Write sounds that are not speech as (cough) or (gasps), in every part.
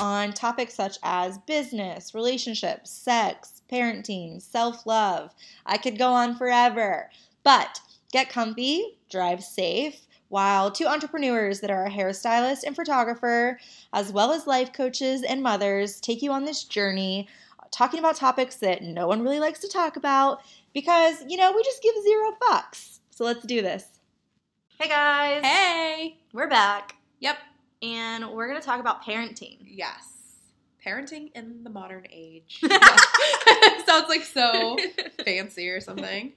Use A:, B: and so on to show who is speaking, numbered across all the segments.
A: on topics such as business, relationships, sex, parenting, self love. I could go on forever. But get comfy, drive safe, while two entrepreneurs that are a hairstylist and photographer, as well as life coaches and mothers, take you on this journey talking about topics that no one really likes to talk about because, you know, we just give zero fucks. So let's do this. Hey guys.
B: Hey.
A: We're back
B: Yep.
A: and we're going to talk about parenting.
B: Yes. Parenting in the modern
A: (laughs)
B: age. (laughs) Sounds like so fancy or something.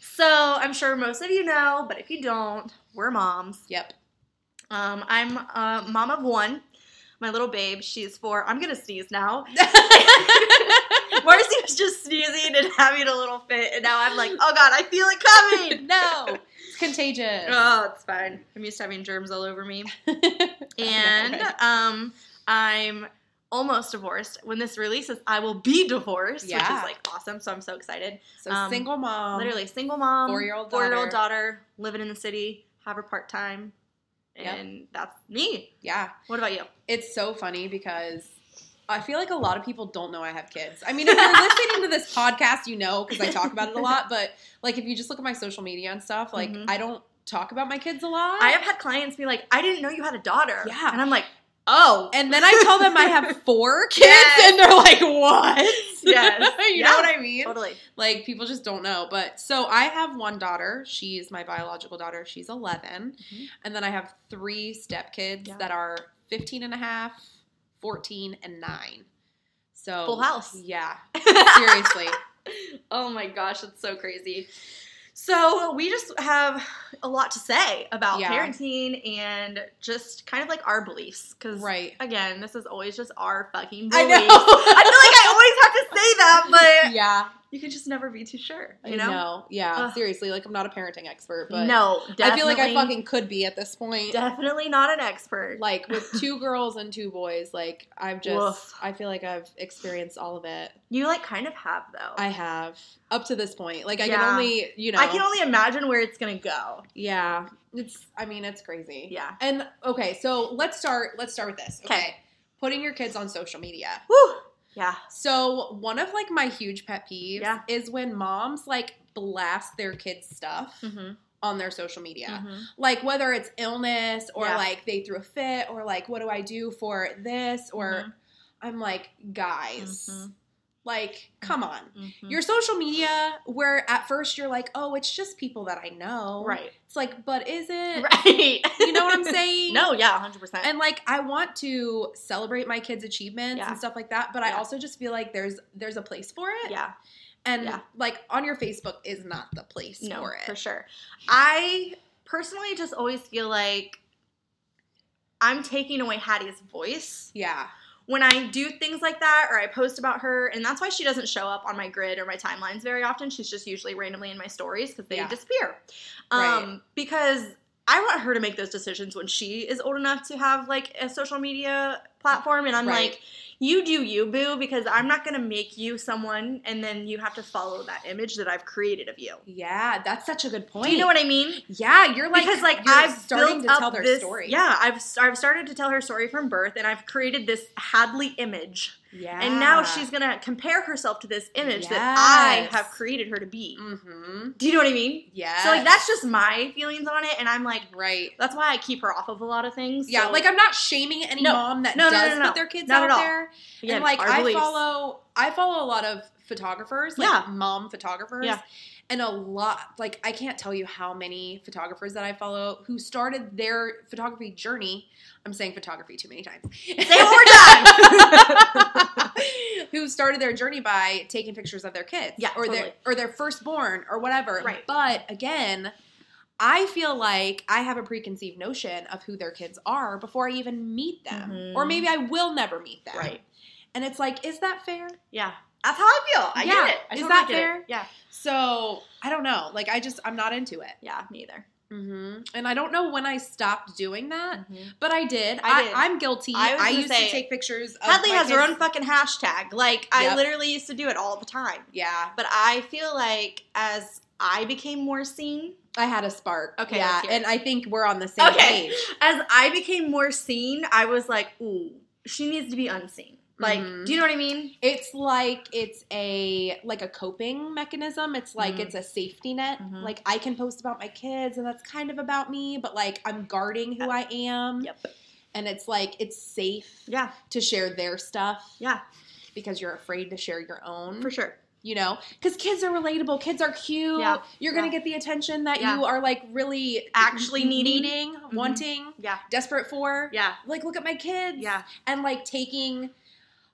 A: So I'm sure most of you know, but if you don't, we're moms.
B: Yep.
A: Um, I'm a mom of one. My little babe, she's four. I'm gonna sneeze
B: (laughs)
A: now. (laughs) Marcy was just sneezing and having a little fit, and now I'm like, oh god, I feel it coming.
B: (laughs) no. It's contagious.
A: Oh, it's fine. I'm used to having germs all over
B: (laughs)
A: me. And
B: right?
A: um, I'm almost divorced. When this releases, I will be divorced, which
B: Yeah.
A: is like awesome. So I'm so excited.
B: so
A: um,
B: single mom.
A: Literally, single mom,
B: four-year-old
A: four-year-old daughter, living in the city, have her part time,
B: Yep.
A: and that's me.
B: Yeah.
A: What about you?
B: It's so funny because I feel like a lot of people don't know I have kids. I mean, if you're listening to this podcast, you know because I talk about it
A: (laughs)
B: a lot. But like, if you just look at my social media and stuff, like
A: Mhm.
B: I don't talk about my kids a lot.
A: I have had clients be like, I didn't know you had a daughter.
B: Yeah.
A: And I'm like, oh.
B: and then I tell them I have
A: (laughs)
B: four kids,
A: Yes.
B: and they're like, "What?"
A: Yes.
B: (laughs) you
A: Yeah.
B: know what I mean?
A: Totally.
B: Like people just don't know. But so I have one daughter. She's my biological daughter. She's 11.
A: Mhm.
B: And then I have three stepkids
A: Yeah.
B: that are 15 and a half, 14, and 9. So
A: Full house.
B: Yeah.
A: (laughs)
B: Seriously.
A: oh my gosh, that's so crazy. So we just have a lot to say about
B: Yeah.
A: parenting and just kind of like our beliefs. Because
B: right.
A: again, this is always just our fucking
B: I
A: beliefs. (laughs)
B: know.
A: I feel like I always have to say that, but
B: (laughs) yeah.
A: you can just never be too sure.
B: I
A: You
B: know.
A: know?
B: Yeah.
A: Ugh.
B: Seriously. Like I'm not a parenting expert, but
A: no, definitely.
B: I feel like I fucking could be at this point.
A: definitely not an expert.
B: like with two girls and two boys like i've just
A: Woof.
B: i feel like i've experienced all of it
A: you like kind of have though.
B: i have up to this point like i
A: Yeah.
B: can only you know
A: I can only imagine where it's gonna go.
B: yeah it's i mean it's crazy
A: Yeah.
B: and okay so let's start let's start with this
A: 'Kay.
B: okay putting your kids on social media
A: Whew. Yeah.
B: so one of like my huge pet peeves
A: Yeah.
B: is when moms like blast their kids stuff
A: Mm-hmm.
B: on their social media
A: Mhm.
B: like whether it's illness or
A: Yeah.
B: like they threw a fit or like what do I do for this or
A: Mhm.
B: I'm like guys
A: Mhm.
B: like come on
A: Mhm.
B: your social media where at first you're like oh it's just people that I know
A: right.
B: it's like but is it
A: (laughs) Right.
B: you know
A: (laughs)
B: what I'm saying
A: no, yeah, 100%.
B: and like I want to celebrate my kids achievements
A: Yeah.
B: and stuff like that but I
A: Yeah.
B: also just feel like there's there's a place for it
A: yeah,
B: and
A: Yeah.
B: like on your Facebook is not the place
A: no,
B: for it
A: for sure. I personally just always feel like I'm taking away Hattie's voice
B: yeah
A: when I do things like that or I post about her. And that's why she doesn't show up on my grid or my timelines very often. She's just usually randomly in my stories because they
B: Yeah.
A: disappear.
B: Right.
A: Um, Because I want her to make those decisions when she is old enough to have like a social media platform. And I'm
B: Right.
A: like, you do you, boo, because I'm not going to make you someone and then you have to follow that image that I've created of you.
B: yeah that's such a good point
A: Do you know what I mean?
B: Yeah, you're like
A: because like
B: you're
A: I've built
B: starting to tell
A: up
B: their
A: this,
B: story.
A: Yeah, I've I've started to tell her story from birth, and I've created this Hadley image,
B: yeah.
A: and now she's gonna compare herself to this image that
B: Yes.
A: I have created her to be.
B: Mm-hmm.
A: Do you know what I mean?
B: Yeah.
A: So like that's just my feelings on it, and I'm like,
B: right.
A: that's why I keep her off of a lot of things.
B: Yeah,
A: so-
B: like I'm not shaming any
A: No.
B: mom that
A: No, no,
B: does
A: no, no, no.
B: put their kids
A: Not at
B: out
A: all.
B: there.
A: Again,
B: and like
A: our
B: I
A: beliefs. (laughs)
B: follow I follow a lot of photographers, like
A: Yeah.
B: mom photographers.
A: Yeah.
B: And a lot like I can't tell you how many photographers that I follow who started their photography journey. I'm saying photography too many times.
A: Say it one more time.
B: (laughs) who started their journey by taking pictures of their kids,
A: Yeah,
B: or their
A: totally.
B: or their firstborn or whatever.
A: Right.
B: But again, I feel like I have a preconceived notion of who their kids are before I even meet them,
A: Mhm.
B: or maybe I will never meet
A: (laughs)
B: them.
A: right.
B: And it's like, is that fair?
A: Yeah. That's how I feel. I
B: Yeah.
A: get it. I
B: Is
A: totally
B: that
A: get it.
B: fair?
A: Yeah.
B: So I don't know. Like I just I'm not into it.
A: Yeah. Me either.
B: hmm And I don't know when I stopped doing that,
A: Mm-hmm.
B: but I did.
A: I
B: I,
A: did.
B: I'm guilty.
A: I
B: I,
A: was gonna
B: used
A: say,
B: to take pictures. Of
A: Hadley
B: my
A: has her
B: kids.
A: own fucking hashtag. Like I
B: Yep.
A: literally used to do it all the time.
B: Yeah,
A: But I feel like as I became more seen,
B: I had a spark.
A: Okay,
B: yeah,
A: let's hear it.
B: and I think we're on the same
A: Okay.
B: page.
A: as I became more seen, I was like, ooh, she needs to be unseen. Like,
B: Mhm.
A: do you know what I mean?
B: It's like it's a like a coping mechanism. It's like
A: Mhm.
B: it's a safety net.
A: Mhm.
B: Like I can post about my kids, and that's kind of about me. But like I'm guarding who I am.
A: Yep.
B: And it's like it's safe
A: Yeah,
B: to share their stuff.
A: yeah,
B: because you're afraid to share your own.
A: for sure.
B: you know because kids are relatable kids are cute
A: Yeah.
B: you're gonna
A: Yeah.
B: get the attention that
A: Yeah.
B: you are like really
A: Actually needing. Mm-hmm.
B: needing wanting
A: Yeah,
B: desperate for
A: yeah,
B: like look at my kids
A: yeah,
B: and like taking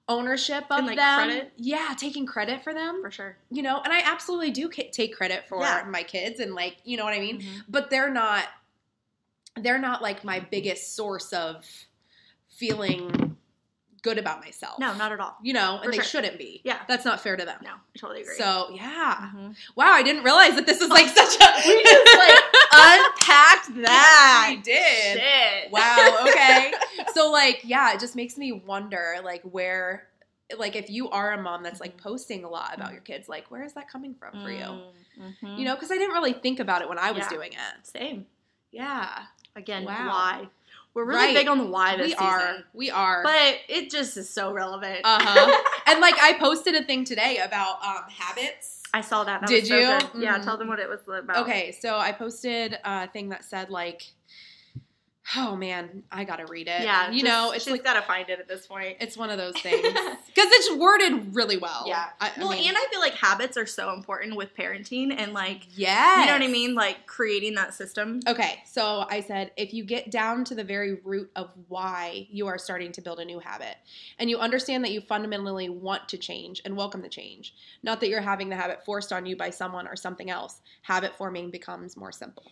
B: ownership of
A: And, like,
B: them
A: credit.
B: yeah taking credit for them
A: for sure.
B: you know and i absolutely do ki- take credit for
A: Yeah.
B: my kids and like you know what i mean but they're not they're not like my biggest source of feeling good about myself
A: No, not at all.
B: you know and
A: For
B: they
A: sure.
B: shouldn't be
A: Yeah.
B: that's not fair to them
A: No, I totally agree.
B: so mm-hmm. yeah.
A: (laughs) Mhm.
B: Wow, I didn't realize that this is
A: (laughs)
B: like such a (laughs)
A: we just like unpacked that.
B: we
A: (laughs)
B: did.
A: Shit.
B: Wow, okay. so like yeah, it just makes me wonder like where like if you are a mom that's like
A: Mhm.
B: posting a lot about
A: Mhm.
B: your kids, like where is that coming from for you?
A: Mhm.
B: You know, because I didn't really think about it when I was
A: Yeah.
B: doing it.
A: same.
B: Yeah,
A: Again,
B: Wow.
A: why? We're really
B: Right.
A: big on the why this
B: we
A: season.
B: are. We are.
A: But it just is so relevant.
B: uh
A: Uh-huh.
B: huh. (laughs) and like I posted a thing today about um, habits.
A: I saw that. that
B: Did
A: was so
B: you?
A: good. Yeah,
B: Mhm.
A: tell them what it was about.
B: Okay, so I posted a thing that said like, "Oh man, I gotta read it."
A: Yeah,
B: you
A: just-
B: know, it's
A: she's
B: like
A: gotta find it at this point.
B: it's one of those
A: (laughs)
B: things because it's worded really well.
A: Yeah.
B: I,
A: Well, and I feel like habits are so important with parenting and like
B: yeah,
A: you know what I mean, like creating that system.
B: Okay, so I said if you get down to the very root of why you are starting to build a new habit and you understand that you fundamentally want to change and welcome the change, not that you're having the habit forced on you by someone or something else, habit forming becomes more simple.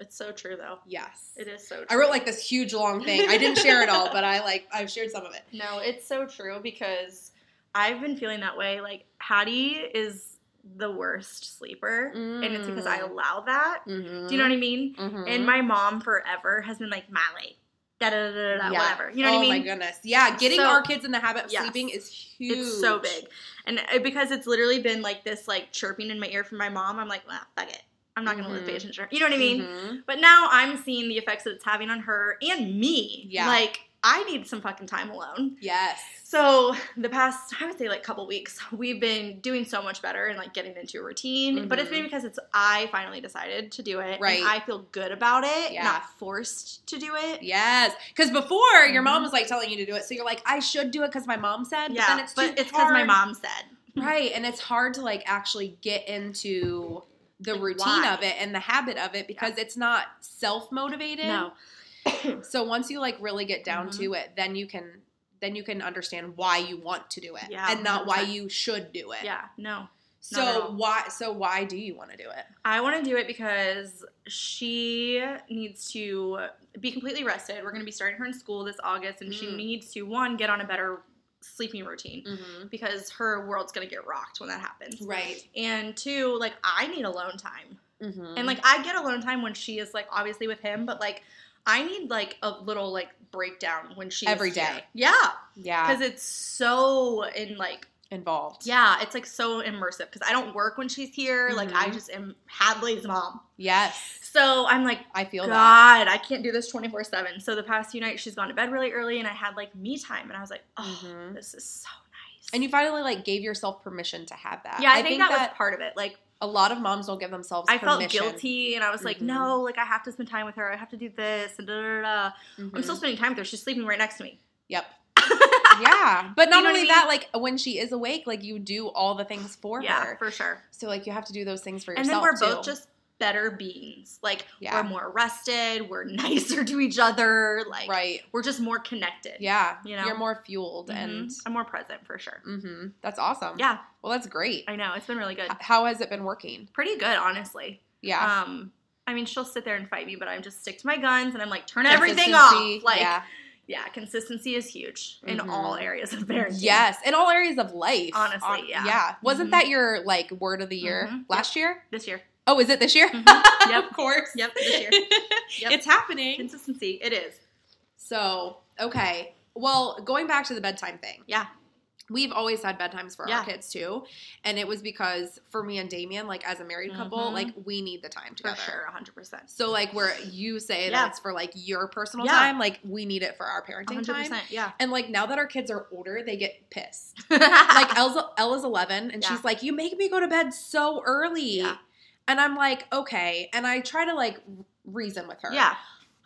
A: It's so true though.
B: Yes.
A: It is so. true.
B: I wrote like this huge long thing. I didn't share it all, but I like I've shared some of it.
A: No, it's so true because I've been feeling that way. Like Hattie is the worst sleeper, and it's because I
B: Mm.
A: allow that. Do you know what I mean?
B: I mean?
A: And my mom forever has been like Miley, da da da da, da
B: Yeah.
A: whatever. You know what I
B: Oh my
A: mean?
B: goodness. Yeah, getting
A: So-
B: our kids in the habit of
A: Yes.
B: sleeping is huge.
A: It's so big, and uh, because it's literally been like this, like chirping in my ear from my mom. I'm like, well, fuck it. I'm not gonna live
B: Mhm.
A: pay attention. to her." You know what I mean?
B: Mhm.
A: But now I'm seeing the effects that it's having on her and me.
B: Yeah.
A: Like I need some fucking time alone.
B: Yes.
A: So the past, I would say, like couple weeks, we've been doing so much better and like getting into a routine. But it's
B: Mhm.
A: maybe because it's I finally decided to do it. and
B: Right.
A: I feel good about it,
B: Yeah.
A: not forced to do it.
B: Yes. Because before your mom was like telling you to do it, so you're like, I should do it because my mom said. But then
A: Mm-hmm. Yeah,
B: it's
A: but
B: too
A: it's because my
B: hard.
A: mom said.
B: Right, and it's hard to like actually get into the
A: Like,
B: routine
A: why?
B: of it and the habit of it because it's not self motivated.
A: No.
B: So once you like really get down
A: Mhm.
B: to it, then you can then you can understand why you want to do it
A: Yeah,
B: and not why
A: 100%.
B: you should do it.
A: Yeah, no. not at
B: So
A: all.
B: why so why do you want to do it?
A: I want to do it because she needs to be completely rested. We're going to be starting her in school this August, and she
B: Mm.
A: needs to, one, get on a better sleeping routine
B: Mm-hmm.
A: because her world's going to get rocked when that happens.
B: Right.
A: And two, like, I need alone time.
B: Mm-hmm.
A: And like I get alone time when she is like obviously with him, but like I need like a little like breakdown when she
B: Every
A: is here.
B: day.
A: Yeah,
B: yeah,
A: because it's so in like
B: involved.
A: yeah, it's like so immersive because I don't work when she's here. Like I
B: Mhm.
A: just am Hadley's mom,
B: Yes,
A: so I'm like
B: I feel that.
A: God, I can't do this twenty four seven. So the past few nights she's gone to bed really early, and I had like me time, and I was like, oh,
B: Mhm.
A: this is so nice.
B: And you finally like gave yourself permission to have that.
A: yeah, I, think, that, was part of it. Like
B: a lot of moms don't give themselves.
A: I felt
B: permission.
A: guilty, and I was like,
B: Mhm.
A: no, like I have to spend time with her. I have to do this, and da da da. da.
B: Mhm.
A: I'm still spending time with her. She's sleeping right next to me. (laughs)
B: Yep. yeah, but not
A: You know what
B: only
A: I mean?
B: that, like when she is awake, like you do all the things for her.
A: for sure.
B: So like you have to do those things for
A: And then
B: yourself.
A: we're both
B: too.
A: just better beings. Like
B: Yeah.
A: we're more rested. We're (laughs) nicer to each other. Like
B: right.
A: we're just more connected.
B: Yeah,
A: You know?
B: you're more fueled,
A: Mhm.
B: and
A: I'm more present for sure.
B: hmm that's awesome.
A: Yeah,
B: Well, that's great.
A: I know. It's been really good.
B: H- How has it been working?
A: Pretty good, honestly.
B: Yeah.
A: Um, I mean, she'll sit there and fight me, but I'm just stick to my guns and I'm like, turn everything off.
B: Consistency,
A: Like, yeah,
B: yeah.
A: consistency is huge in
B: Mhm.
A: all areas of parenting.
B: yes, in all areas of life.
A: Honestly,
B: Hon-
A: yeah.
B: yeah. Wasn't
A: Mhm.
B: that your like word of the year
A: Mhm.
B: last year? (laughs)
A: This year.
B: Oh, is it this year?
A: Mhm. Yep.
B: (laughs) of course.
A: Yep, this
B: (laughs)
A: year. Yep.
B: It's happening.
A: Consistency. It is.
B: So, okay. Well, going back to the bedtime thing.
A: Yeah.
B: We've always had bedtimes for
A: Yeah.
B: our kids too. And it was because for me and Damien, like as a married couple,
A: Mhm.
B: like we need the time
A: For
B: together.
A: sure, 100%.
B: So like where you say
A: Yeah.
B: that it's for like your personal
A: Yeah.
B: time, like we need it for our parenting
A: 100%.
B: time.
A: Yeah.
B: And like now that our kids are older, they get pissed.
A: (laughs) like,
B: (laughs) Like Elsa, Ella's eleven, and
A: Yeah.
B: she's like, "You make me go to bed so early,"
A: Yeah.
B: and I'm like, "Okay." And I try to like reason with her.
A: yeah.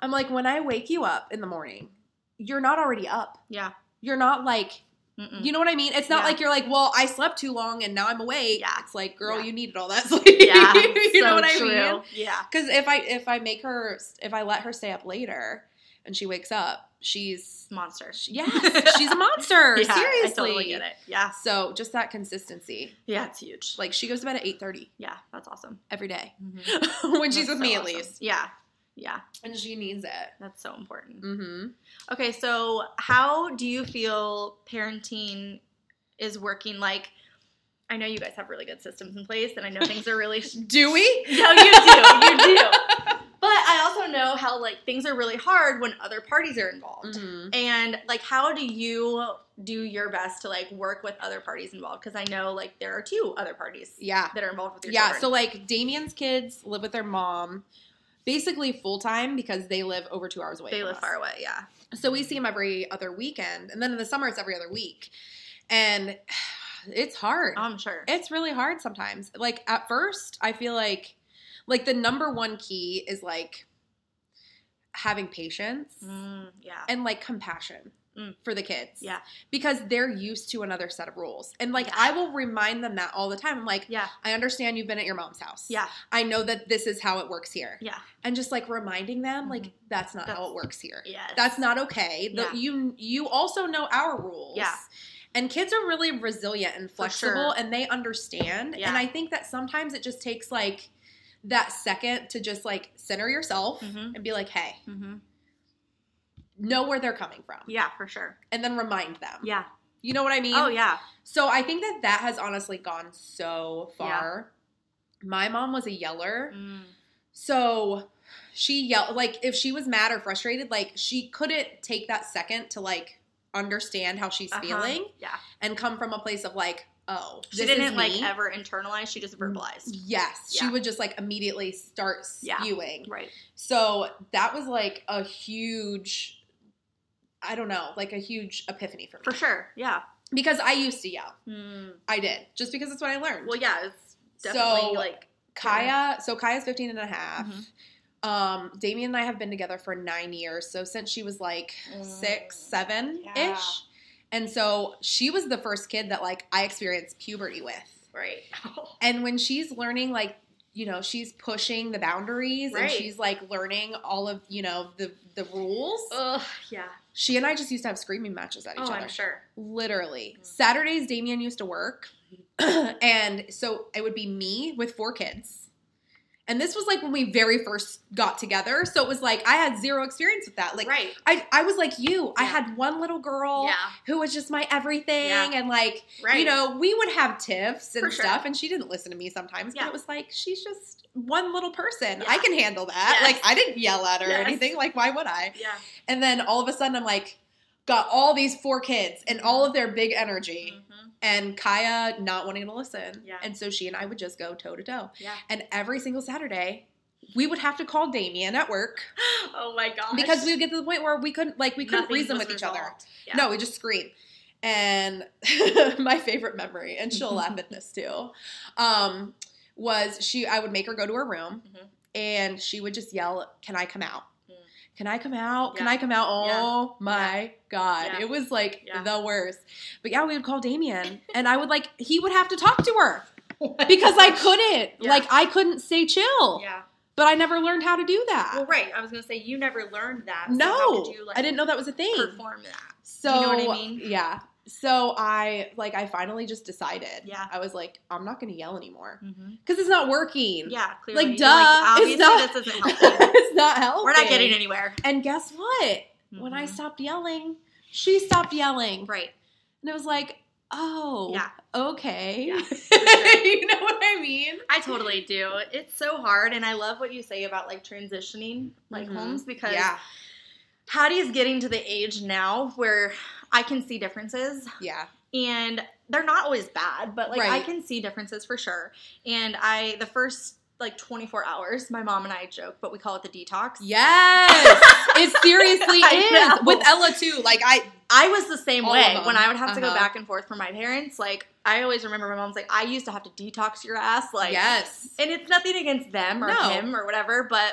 B: I'm like, when I wake you up in the morning, you're not already up.
A: Yeah.
B: You're not like,
A: Mm-mm.
B: you know what I mean? It's not
A: Yeah.
B: like you're like, well, I slept too long and now I'm awake.
A: Yeah.
B: It's like, girl,
A: Yeah.
B: you needed all that (laughs) sleep.
A: (laughs) yeah.
B: you know
A: so
B: what
A: true.
B: I mean?
A: Yeah.
B: Because if I if I make her if I let her stay up later and she wakes up, she's
A: Monster. (laughs)
B: yes, she's a monster.
A: Yeah,
B: Seriously.
A: I totally get it. Yeah.
B: So just that consistency.
A: Yeah, it's huge.
B: Like Mm-hmm. she goes to bed at eight thirty
A: Yeah, that's awesome. (laughs)
B: every day when she's
A: That's
B: with
A: so
B: me at
A: awesome.
B: least,
A: Yeah. Yeah,
B: and she needs it.
A: that's so important.
B: Mm-hmm.
A: Okay, so how do you feel parenting is working? Like, I know you guys have really good systems in place, and I know things are
B: (laughs)
A: really.
B: Do we?
A: no, you do, you
B: (laughs)
A: do. But I also know how like things are really hard when other parties are involved.
B: Mm-hmm.
A: And like, how do you do your best to like work with other parties involved? Because I know like there are two other parties
B: Yeah.
A: that are involved with your
B: yeah so
A: children.
B: like damien's kids live with their mom basically full-time because they live over two hours away
A: they
B: from
A: live
B: us.
A: far away. Yeah,
B: so we see them every other weekend and then in the summer it's every other week and (sighs) it's hard
A: I'm sure.
B: it's really hard sometimes like at first i feel like like the number one key is like having patience
A: Mm, yeah.
B: and like compassion
A: Mm.
B: for the kids
A: Yeah.
B: because they're used to another set of rules and like i will remind them that all the time i'm like
A: Yeah.
B: i understand you've been at your mom's house
A: Yeah.
B: I know that this is how it works here.
A: Yeah.
B: And just like reminding them, like
A: Mhm.
B: that's not how
A: That's-
B: it works here.
A: Yes.
B: That's not okay. The-
A: Yeah.
B: You you also know our rules.
A: Yeah.
B: And kids are really resilient and flexible
A: sure.
B: and they understand.
A: Yeah.
B: And I think that sometimes it just takes like that second to just like center yourself
A: Mhm.
B: and be like, hey,
A: Mm-hmm.
B: know where they're coming from.
A: Yeah, for sure.
B: And then remind them.
A: Yeah.
B: You know what I mean?
A: Oh yeah.
B: So I think that that has honestly gone so far. My mom was a
A: Mm.
B: yeller.
A: Uh-huh.
B: So she yelled, like, if she was mad or frustrated, like, she couldn't take that second to, like, understand how she's
A: Uh-huh.
B: feeling
A: Yeah.
B: and come from a place of, like, oh,
A: She
B: this
A: didn't
B: is
A: like
B: me.
A: ever internalize. She just verbalized.
B: Yes. She
A: Yeah.
B: would just, like, immediately start
A: Yeah.
B: spewing.
A: Right.
B: So that was, like, a huge, I don't know, like, a huge epiphany for me.
A: For sure. Yeah.
B: Because I used to yell. I did, just because it's what I learned.
A: Well, yeah. It's definitely
B: So-
A: like
B: Kaya, so Kaya's 15 and a half.
A: Mhm.
B: Um, Damien and I have been together for nine years. So since she was like six,
A: Mm.
B: seven ish.
A: Yeah.
B: And so she was the first kid that like I experienced puberty with.
A: (laughs) right.
B: And when she's learning, like, you know, she's pushing the boundaries
A: Right.
B: and she's like learning all of, you know, the the rules.
A: Ugh. Yeah.
B: She and I just used to have screaming matches at each
A: Oh,
B: other.
A: I'm sure.
B: Literally.
A: Mm.
B: Saturdays, Damien used to work.
A: Mm-hmm.
B: (clears throat) and so it would be me with four kids. And this was like when we very first got together. So it was like I had zero experience with that. Like
A: right.
B: I, I was like you. I
A: Yeah.
B: had one little girl
A: Yeah.
B: who was just my everything.
A: Yeah.
B: And like,
A: Right.
B: you know, we would have tiffs and
A: For sure.
B: stuff. And she didn't listen to me sometimes.
A: Yeah.
B: But it was like, she's just one little person.
A: Yeah.
B: I can handle that.
A: Yes.
B: Like, I didn't yell at her or
A: Yes.
B: anything. Like, why would I?
A: Yeah.
B: And then all of a sudden, I'm like, got all these four kids and all of their big energy
A: Mhm.
B: and Kaya not wanting to listen.
A: Yeah.
B: And so she and I would just go toe to toe.
A: Yeah.
B: And every single Saturday, we would have to call Damien
A: (gasps)
B: at work
A: Oh my gosh.
B: because we would get to the point where we couldn't like we couldn't
A: Nothing
B: reason
A: was
B: with each other.
A: resolved. Yeah.
B: No, we just scream. And (laughs) my favorite memory, and she'll laugh at this too, um, was she I would make her go to her room
A: Mhm.
B: and she would just yell, Can I come out?
A: Mm.
B: Can I come out? Can
A: Yeah.
B: I come out? Oh my God.
A: Yeah.
B: It was like
A: Yeah.
B: the worst. But yeah, we would
A: (laughs)
B: call Damien and I would like, he would have to talk to her because I couldn't.
A: (laughs) Yeah.
B: Like, I couldn't stay chill.
A: Yeah.
B: But I never learned how to do that.
A: Well, right. I was gonna say you never learned that. so
B: no.
A: how did you, like,
B: I didn't know that was a thing.
A: perform that.
B: So
A: you know what I mean?
B: Yeah. So I like I finally just decided.
A: Yeah.
B: I was like, I'm not gonna yell anymore.
A: Mm-hmm.
B: Because it's not working.
A: Yeah. Clearly.
B: Like,
A: You're
B: duh,
A: obviously
B: it's not-
A: this isn't helpful.
B: (laughs) it's not helping.
A: We're not getting anywhere.
B: And guess what? When I
A: Mhm.
B: stopped yelling, she stopped yelling.
A: right.
B: And it was like, oh,
A: Yeah.
B: okay. (laughs)
A: Yeah,
B: you know what I mean?
A: I totally do. It's so hard, and I love what you say about like transitioning like
B: Mhm.
A: homes because
B: yeah,
A: Patty is getting to the age now where I can see differences,
B: yeah.
A: and they're not always bad, but like I
B: Right.
A: can see differences for sure. And I the first like 24 hours, my mom and I joke, but we call it the detox.
B: Yes, it seriously
A: (laughs) I
B: is
A: know.
B: with Ella too. Like I,
A: I was the same
B: All of
A: way
B: them.
A: when I would have to go
B: Uh-huh.
A: back and forth from my parents. Like I always remember my mom's like, I used to have to detox your ass. Like
B: yes,
A: and it's nothing against them or
B: No.
A: him or whatever, but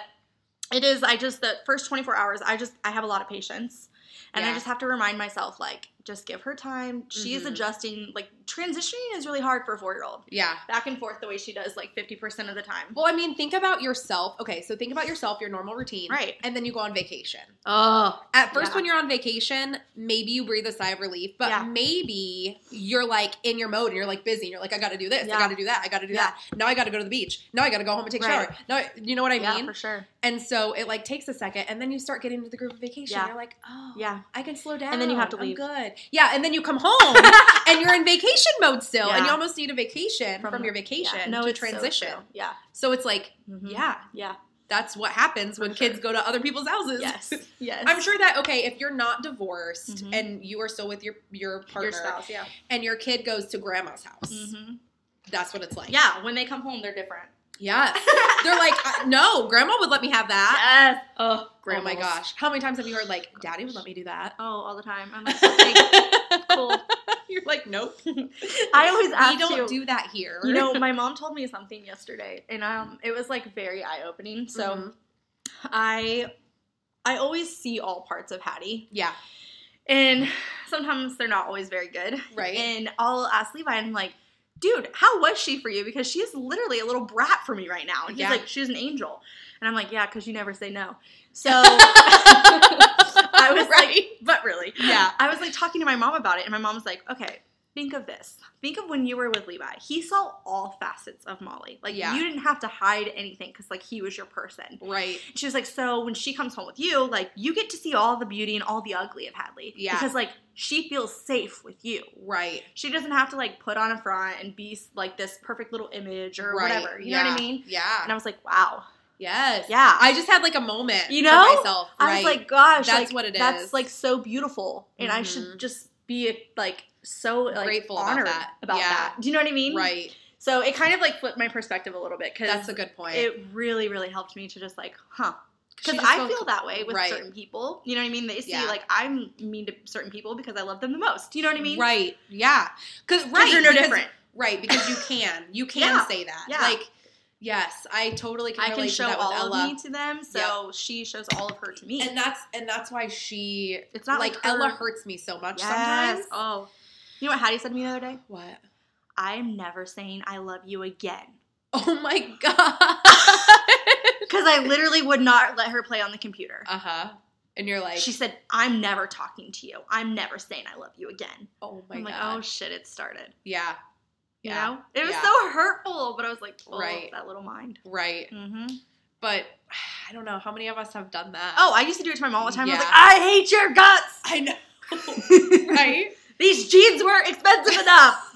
A: it is. I just the first 24 hours, I just I have a lot of patience, and I
B: Yeah.
A: just have to remind myself like just give her time. She's
B: Mhm.
A: adjusting. Like transitioning is really hard for a four year old.
B: yeah.
A: Back and forth the way she does like 50 percent of the time.
B: Well, I mean, think about yourself. Okay, so think about yourself, your normal routine,
A: Right.
B: And then you go on vacation.
A: Oh,
B: At first,
A: Yeah.
B: when you're on vacation, maybe you breathe a sigh of relief, but
A: Yeah.
B: maybe you're like in your mode and you're like busy and you're like, I gotta do this,
A: Yeah.
B: I gotta do that, I gotta do
A: Yeah.
B: that. Now I gotta go to the beach. Now I gotta go home and take a
A: Right.
B: shower. Now, I- you know what I
A: yeah,
B: mean?
A: for sure.
B: And so it like takes a second and then you start getting into the groove of vacation.
A: Yeah.
B: You're like, oh,
A: Yeah,
B: I can slow down.
A: And then you have to
B: I'm
A: leave.
B: good. Yeah. And then
A: (laughs)
B: you come home and you're in vacation mode still and
A: Yeah.
B: you almost need a vacation from,
A: From-
B: your vacation
A: Yeah.
B: to
A: it's so
B: transition.
A: true. yeah,
B: So it's like,
A: Mhm.
B: yeah, (laughs)
A: yeah,
B: that's what happens when
A: sure.
B: kids go to other people's houses. (laughs)
A: yes, yes.
B: I'm sure that okay, if you're not divorced
A: Mhm.
B: and you are still with your your partner Mm-hmm.
A: your spouse, yeah.
B: and your kid goes to grandma's house,
A: Mhm.
B: that's what it's like.
A: Yeah, when they come home, they're different.
B: Yes. They're like, uh, no, grandma would let me have that.
A: yes. Oh,
B: Oh my gosh. How many times have you heard like daddy would let me do that?
A: Oh, all the time.
B: (laughs)
A: I'm like, okay, cool.
B: You're like, nope.
A: (laughs) I always ask
B: We don't
A: you-
B: do that here.
A: You
B: (laughs)
A: know, my mom told me something yesterday, and um, it was like very eye opening. So
B: Mhm.
A: I, I always see all parts of Hattie,
B: Yeah.
A: and sometimes they're not always very good.
B: Right.
A: And (laughs) I'll ask Levi, and I'm like, dude, how was she for you? Because she is literally a little brat for me right now. And he's
B: Yeah.
A: like, she's an angel. And I'm like, yeah, because you never say
B: (laughs)
A: no. So I was like, but really.
B: Yeah.
A: I was like talking to my mom about it, and my mom's like, okay, think of this. Think of when you were with Levi. He saw all facets of Molly. Like,
B: Yeah.
A: you didn't have to hide anything because, like, he was your person.
B: Right.
A: She was like, so when she comes home with you, like, you get to see all the beauty and all the ugly of Hadley.
B: Yeah.
A: Because, like, she feels safe with you.
B: Right.
A: She doesn't have to, like, put on a front and be, like, this perfect little image or
B: right.
A: whatever. You know what I
B: Yeah.
A: mean?
B: Yeah.
A: And I was like, wow.
B: Yes.
A: Yeah.
B: I just had like a moment.
A: You
B: for
A: know?
B: myself. Right.
A: I was like, gosh,
B: That's
A: like,
B: what it
A: That's
B: is.
A: like so beautiful, and I
B: Mhm.
A: should just be like so like,
B: Grateful about
A: honored about
B: that.
A: that.
B: Yeah.
A: Do you know what I mean?
B: right.
A: So it kind of like flipped my perspective a little bit
B: That's
A: because
B: a good point.
A: it really, really helped me to just like, huh?
B: She
A: Because
B: just
A: I
B: felt-
A: feel that way with
B: Right.
A: certain people. You know what I mean? They see
B: Yeah.
A: like I'm mean to certain people because I love them the most. Do you know what I mean?
B: Right. Yeah. Cause right.
A: Right. You're no
B: because-
A: different.
B: Right. Because you
A: (laughs)
B: can. You can
A: Yeah.
B: say that.
A: Yeah.
B: Like. Yes, I totally can
A: I
B: relate
A: can show
B: to that with
A: all
B: Ella.
A: of me to them, so she shows all of her to me.
B: and that's and that's why she
A: it's not
B: like,
A: like,
B: Ella
A: her-
B: hurts me so much
A: Yes.
B: sometimes.
A: Oh, you know what Hattie said to me the other day?
B: What? (laughs)
A: I am never saying I love you again.
B: Oh my
A: (laughs)
B: god.
A: Because I literally would not let her play on the computer.
B: uh huh. And you're like,
A: she said, I'm never talking to you. I'm never saying I love you again.
B: oh my
A: I'm like,
B: god.
A: oh shit, it started.
B: yeah.
A: You
B: Yeah.
A: know? It was
B: Yeah.
A: so hurtful, but I was like, oh,
B: Right. Uh,
A: that little mind.
B: Right.
A: hmm
B: But (sighs) I don't know how many of us have done that.
A: Oh, I used to do it to my mom all the time. I was
B: Yeah.
A: like, I hate your guts. (laughs)
B: I know. (laughs) right?
A: These jeans weren't
B: (laughs)
A: expensive enough.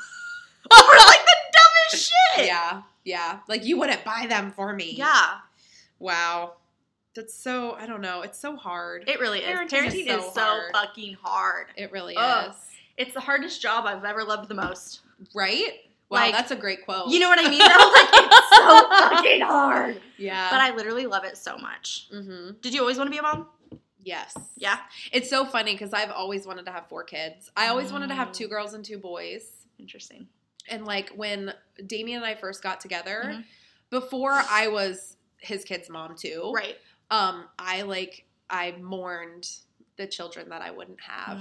A: Over like the dumbest shit.
B: Yeah. Yeah. Like you wouldn't buy them for me.
A: Yeah,
B: Wow. That's so I don't know. It's so hard.
A: it really is.
B: Parenting is
A: Parenting
B: so
A: is so
B: hard.
A: fucking hard.
B: It really
A: Ugh.
B: is.
A: It's the hardest job I've ever loved the most.
B: Right? Wow,
A: Like,
B: that's a great quote.
A: You know what I
B: (laughs)
A: mean? I was like, it's so fucking hard.
B: Yeah.
A: But I literally love it so much.
B: mm-hmm.
A: Did you always want to be a mom?
B: Yes.
A: Yeah.
B: It's so funny because I've always wanted to have four kids. I always wanted to have
A: Mm.
B: two girls and two boys.
A: Interesting.
B: And like when Damien and I first got together,
A: Mhm.
B: before I was his kid's mom too.
A: Right.
B: Um, I like I mourned the children that I wouldn't have.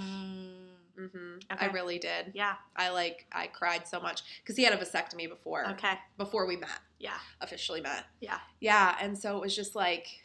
B: hmm I
A: Mm. Okay.
B: really did.
A: Um, Yeah.
B: I like I cried so much because he had a vasectomy before
A: Okay.
B: before we met
A: Yeah.
B: officially met.
A: Yeah.
B: Yeah, and so it was just like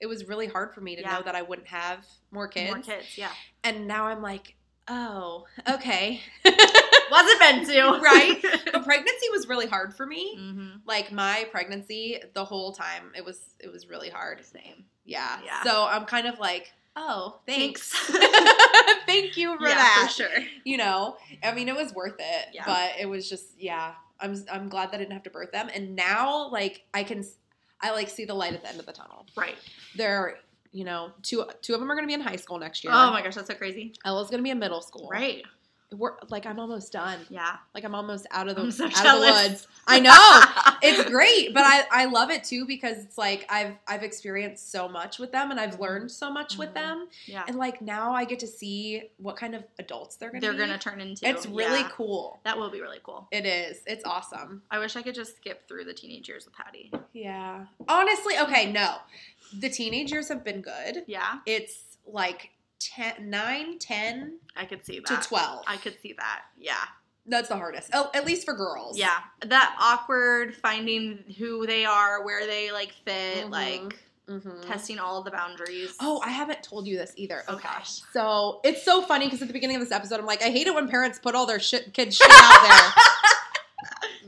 B: it was really hard for me to
A: Yeah.
B: know that I wouldn't have more kids.
A: More kids. Yeah.
B: And now I'm like,
A: (laughs)
B: oh, okay.
A: Wasn't meant to.
B: (laughs) Right? but pregnancy was really hard for
A: (laughs)
B: me.
A: mm-hmm.
B: Like my pregnancy the whole time, it was it was really hard.
A: Same.
B: Yeah.
A: Yeah.
B: So I'm kind of like oh, thanks.
A: Thanks.
B: (laughs) Thank you for
A: (laughs) yeah,
B: that.
A: for sure.
B: You know, I mean, it was worth it,
A: Yeah.
B: but it was just, yeah. I'm I'm glad that I didn't have to birth them, and now like I can, s- I like see the light at the end of the tunnel.
A: Right.
B: They're, you know, two two of them are going to be in high school next year.
A: Oh my gosh, that's so crazy.
B: Ella's going to be in middle school.
A: Right.
B: We're like I'm almost done.
A: Yeah.
B: Like I'm almost out of the
A: I'm so
B: out of
A: jealous.
B: the woods.
A: (laughs)
B: I know. Oh, it's great but I, I love it too because it's like i've i've experienced so much with them and i've learned so much with
A: Mhm.
B: them
A: yeah.
B: and like now i get to see what kind of adults they're gonna
A: They're
B: be.
A: gonna turn into.
B: it's really
A: yeah.
B: cool
A: That will be really cool.
B: it is it's awesome
A: I wish I could just skip through the teenage years with Patty.
B: yeah honestly okay no the teenage years have been good
A: Yeah,
B: it's like 10 9 10
A: I could see
B: to
A: that.
B: 12
A: I could see that. Yeah.
B: that's the hardest oh, at least for girls
A: Yeah. That awkward finding who they are, where they like fit,
B: Mhm.
A: like
B: Mhm.
A: testing all of the boundaries.
B: Oh, I haven't told you this either.
A: Oh,
B: Okay.
A: gosh.
B: So it's so funny because at the beginning of this episode, I'm like, I hate it when parents put all their shit, kids shit out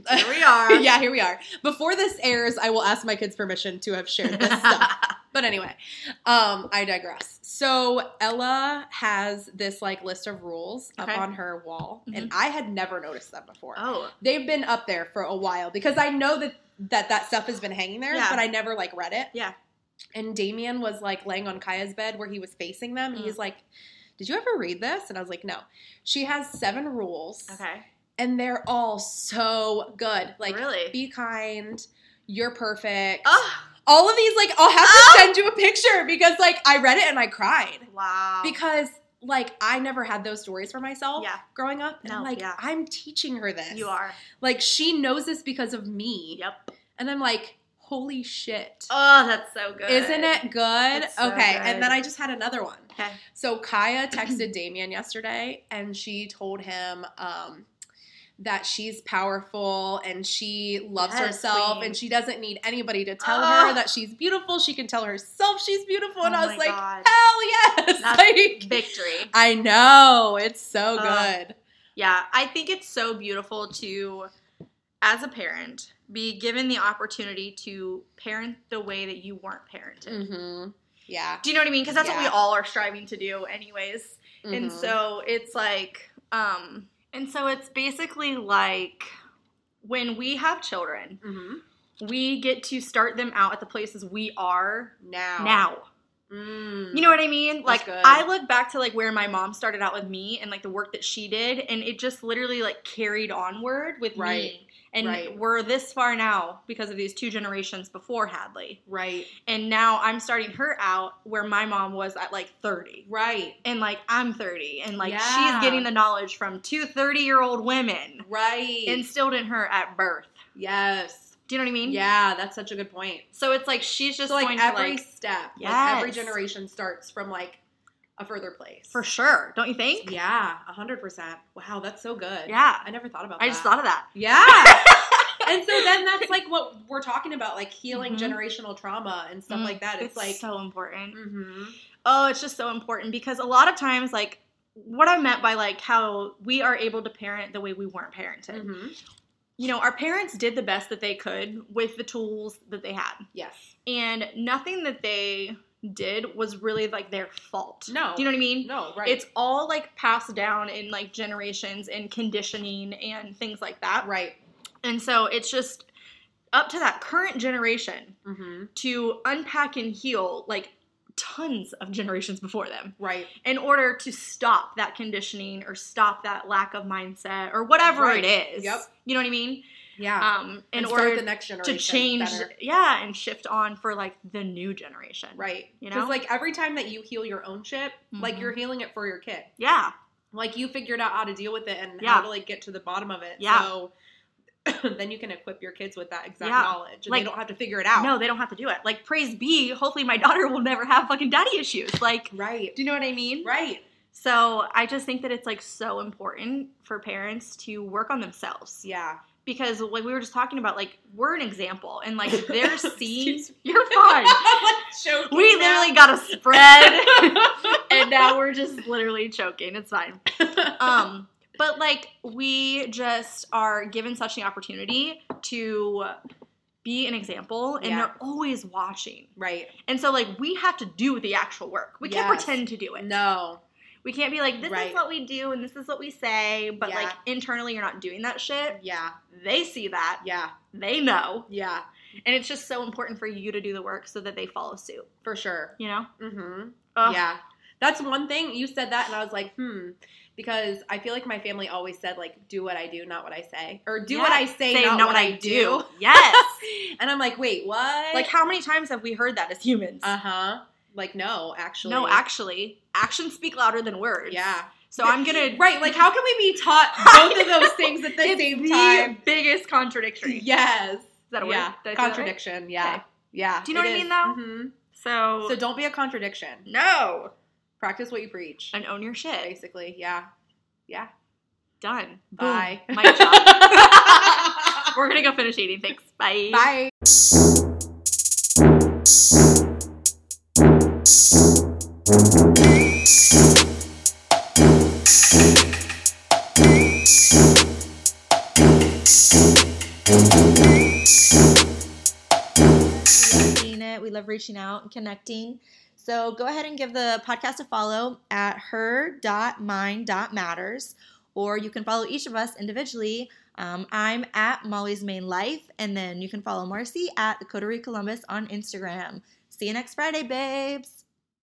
B: there.
A: Here
B: (laughs)
A: we (laughs) are.
B: yeah, here we are. Before this airs, I will ask my kids permission to
A: (laughs)
B: have shared this stuff. But anyway, um, I digress. So Ella has this like list of rules
A: Okay. Mm-hmm.
B: up on her wall, and I had never noticed them before.
A: oh,
B: They've been up there for a while because I know that that that stuff has been hanging there,
A: Yeah.
B: but I never like read it.
A: Yeah.
B: And Damien was like laying on Kaya's bed where he was facing them, and
A: Mm.
B: he's like, "Did you ever read this?" And I was like, "No." She has seven rules,
A: okay.
B: and they're all so good. Like,
A: really?
B: be kind. You're perfect.
A: oh,
B: All of these, like, I'll have to send you a picture because, like, I read it and I cried
A: wow.
B: because, like, I never had those stories for myself
A: Yeah.
B: growing up. And,
A: No,
B: like,
A: yeah.
B: I'm teaching her this.
A: you are.
B: Like, she knows this because of me.
A: Yep.
B: And I'm like, holy shit.
A: Oh, that's so good.
B: Isn't it good?
A: It's so
B: okay.
A: good.
B: And then I just had another one.
A: Okay.
B: So (clears throat) Kaya texted Damien yesterday and she told him um, that she's powerful and she loves
A: Yes,
B: herself
A: queen.
B: and she doesn't need anybody to tell her
A: Ah.
B: that she's beautiful. She can tell herself she's beautiful. And
A: Oh
B: I was
A: my
B: like,
A: God.
B: hell yes.
A: That's
B: (laughs) like,
A: Victory.
B: I know. It's so
A: Ah.
B: good.
A: Yeah, I think it's so beautiful to, as a parent, be given the opportunity to parent the way that you weren't parented.
B: Mm-hmm. Yeah.
A: Do you know what I mean? Because that's what we
B: Yeah.
A: all are striving to do, anyways. And
B: Mhm.
A: so it's like, um, and so it's basically like when we have children,
B: Mhm.
A: we get to start them out at the places we are
B: now.
A: now.
B: Mm.
A: You know what I mean? Like
B: good.
A: I look back to like where my mom started out with me and like the work that she did and it just literally like carried onward with
B: Right.
A: me. And
B: Right.
A: we're this far now because of these two generations before Hadley.
B: Right.
A: And now I'm starting her out where my mom was at like 30.
B: Right.
A: And like I'm 30 and like
B: Yeah.
A: she's getting the knowledge from two 30-year-old women
B: Right.
A: instilled in her at birth.
B: yes.
A: Do you know what I mean?
B: Yeah, that's such a good point.
A: So it's like she's just
B: So like
A: going to
B: every
A: like
B: step, like
A: Yes.
B: every generation starts from like a further place.
A: for sure, don't you think?
B: Yeah, a hundred percent. Wow, that's so good.
A: Yeah.
B: I never thought about that.
A: I just thought of that. (laughs)
B: Yeah. and so then that's like what we're talking about, like healing
A: Mhm.
B: generational trauma and stuff
A: Mm,
B: like that. It's, like
A: so important.
B: mm-hmm.
A: Oh, it's just so important because a lot of times, like, what I meant by like how we are able to parent the way we weren't parented.
B: Mm-hmm.
A: You know, our parents did the best that they could with the tools that they had,
B: yes.
A: and nothing that they did was really like their fault.
B: No.
A: Do you know what I mean?
B: No, right.
A: It's all like passed down in like generations and conditioning and things like that.
B: right.
A: And so it's just up to that current generation
B: Mm-hmm.
A: to unpack and heal like tons of generations before them
B: Right.
A: in order to stop that conditioning or stop that lack of mindset or whatever
B: Right.
A: it is.
B: Yep.
A: You know what I mean?
B: Yeah.
A: Um, in
B: and
A: order
B: start the next generation
A: to change,
B: better.
A: yeah, and shift on for like the new generation.
B: Right.
A: You
B: Because
A: know?
B: like every time that you heal your own shit, like
A: Mhm.
B: you're healing it for your kid.
A: Yeah.
B: like you figured out how to deal with it and
A: Yeah.
B: how to like get to the bottom of it.
A: Yeah.
B: So (coughs) then you can equip your kids with that exact
A: Yeah.
B: knowledge and
A: Like-
B: they don't have to figure it out.
A: No, they don't have to do it. Like, praise be. Hopefully, my (laughs) daughter will never have fucking daddy issues. Like,
B: Right.
A: do you know what I mean?
B: Right.
A: So, I just think that it's like so important for parents to work on themselves.
B: Yeah.
A: because like we were just talking about like we're an example and
B: (laughs)
A: like they're seeing
B: Excuse
A: (laughs) you're fine
B: Choking (laughs)
A: we
B: now.
A: literally got a spread and now we're just literally choking it's fine
B: (laughs)
A: um but like we just are given such an opportunity to be an example and
B: Yeah.
A: they're always watching.
B: Right.
A: And so like we have to do the actual work. We can't
B: Yes.
A: pretend to do it.
B: No.
A: We can't be like this
B: Right.
A: is what we do and this is what we say, but
B: Yeah.
A: like internally you're not doing that shit.
B: Yeah.
A: They see that.
B: Yeah.
A: They know.
B: Yeah.
A: And it's just so important for you to do the work so that they follow suit,
B: For sure.
A: you know?
B: Mm-hmm.
A: Ugh.
B: Yeah. That's one thing you said that, and I was like, hmm, because I feel like my family always said like, do what I do, not what I say, or do
A: Yeah.
B: what I say, not, what, I (laughs) do.
A: Yes.
B: and I'm like, wait, what?
A: like how many times have we heard that as humans?
B: uh huh. Like no, actually,
A: no, actually, actions speak louder than words.
B: yeah,
A: So I'm gonna
B: (laughs) right. Like, how can we be
A: (laughs)
B: taught both of those things at the
A: It's
B: same
A: the
B: time?
A: biggest
B: (laughs)
A: contradictory.
B: Yes.
A: Is that a word?
B: yeah.
A: Did I say that right?
B: Contradiction. Yeah.
A: Okay.
B: Yeah.
A: Do you know what I mean, though?
B: hmm
A: So,
B: So don't be a contradiction.
A: no.
B: Practice what you preach.
A: And own your shit.
B: Basically, yeah. Yeah.
A: Done.
B: Bye.
A: Boom. Mic drop. (laughs) We're gonna go finish eating. Thanks. Bye.
B: (laughs) Bye.
C: We love seeing it. We love reaching out and connecting. So go ahead and give the podcast a follow at her.mind.matters, or you can follow each of us individually. Um, I'm at Molly's Main Life, and then you can follow Marcy at the Coterie Columbus on Instagram. See you next Friday, babes.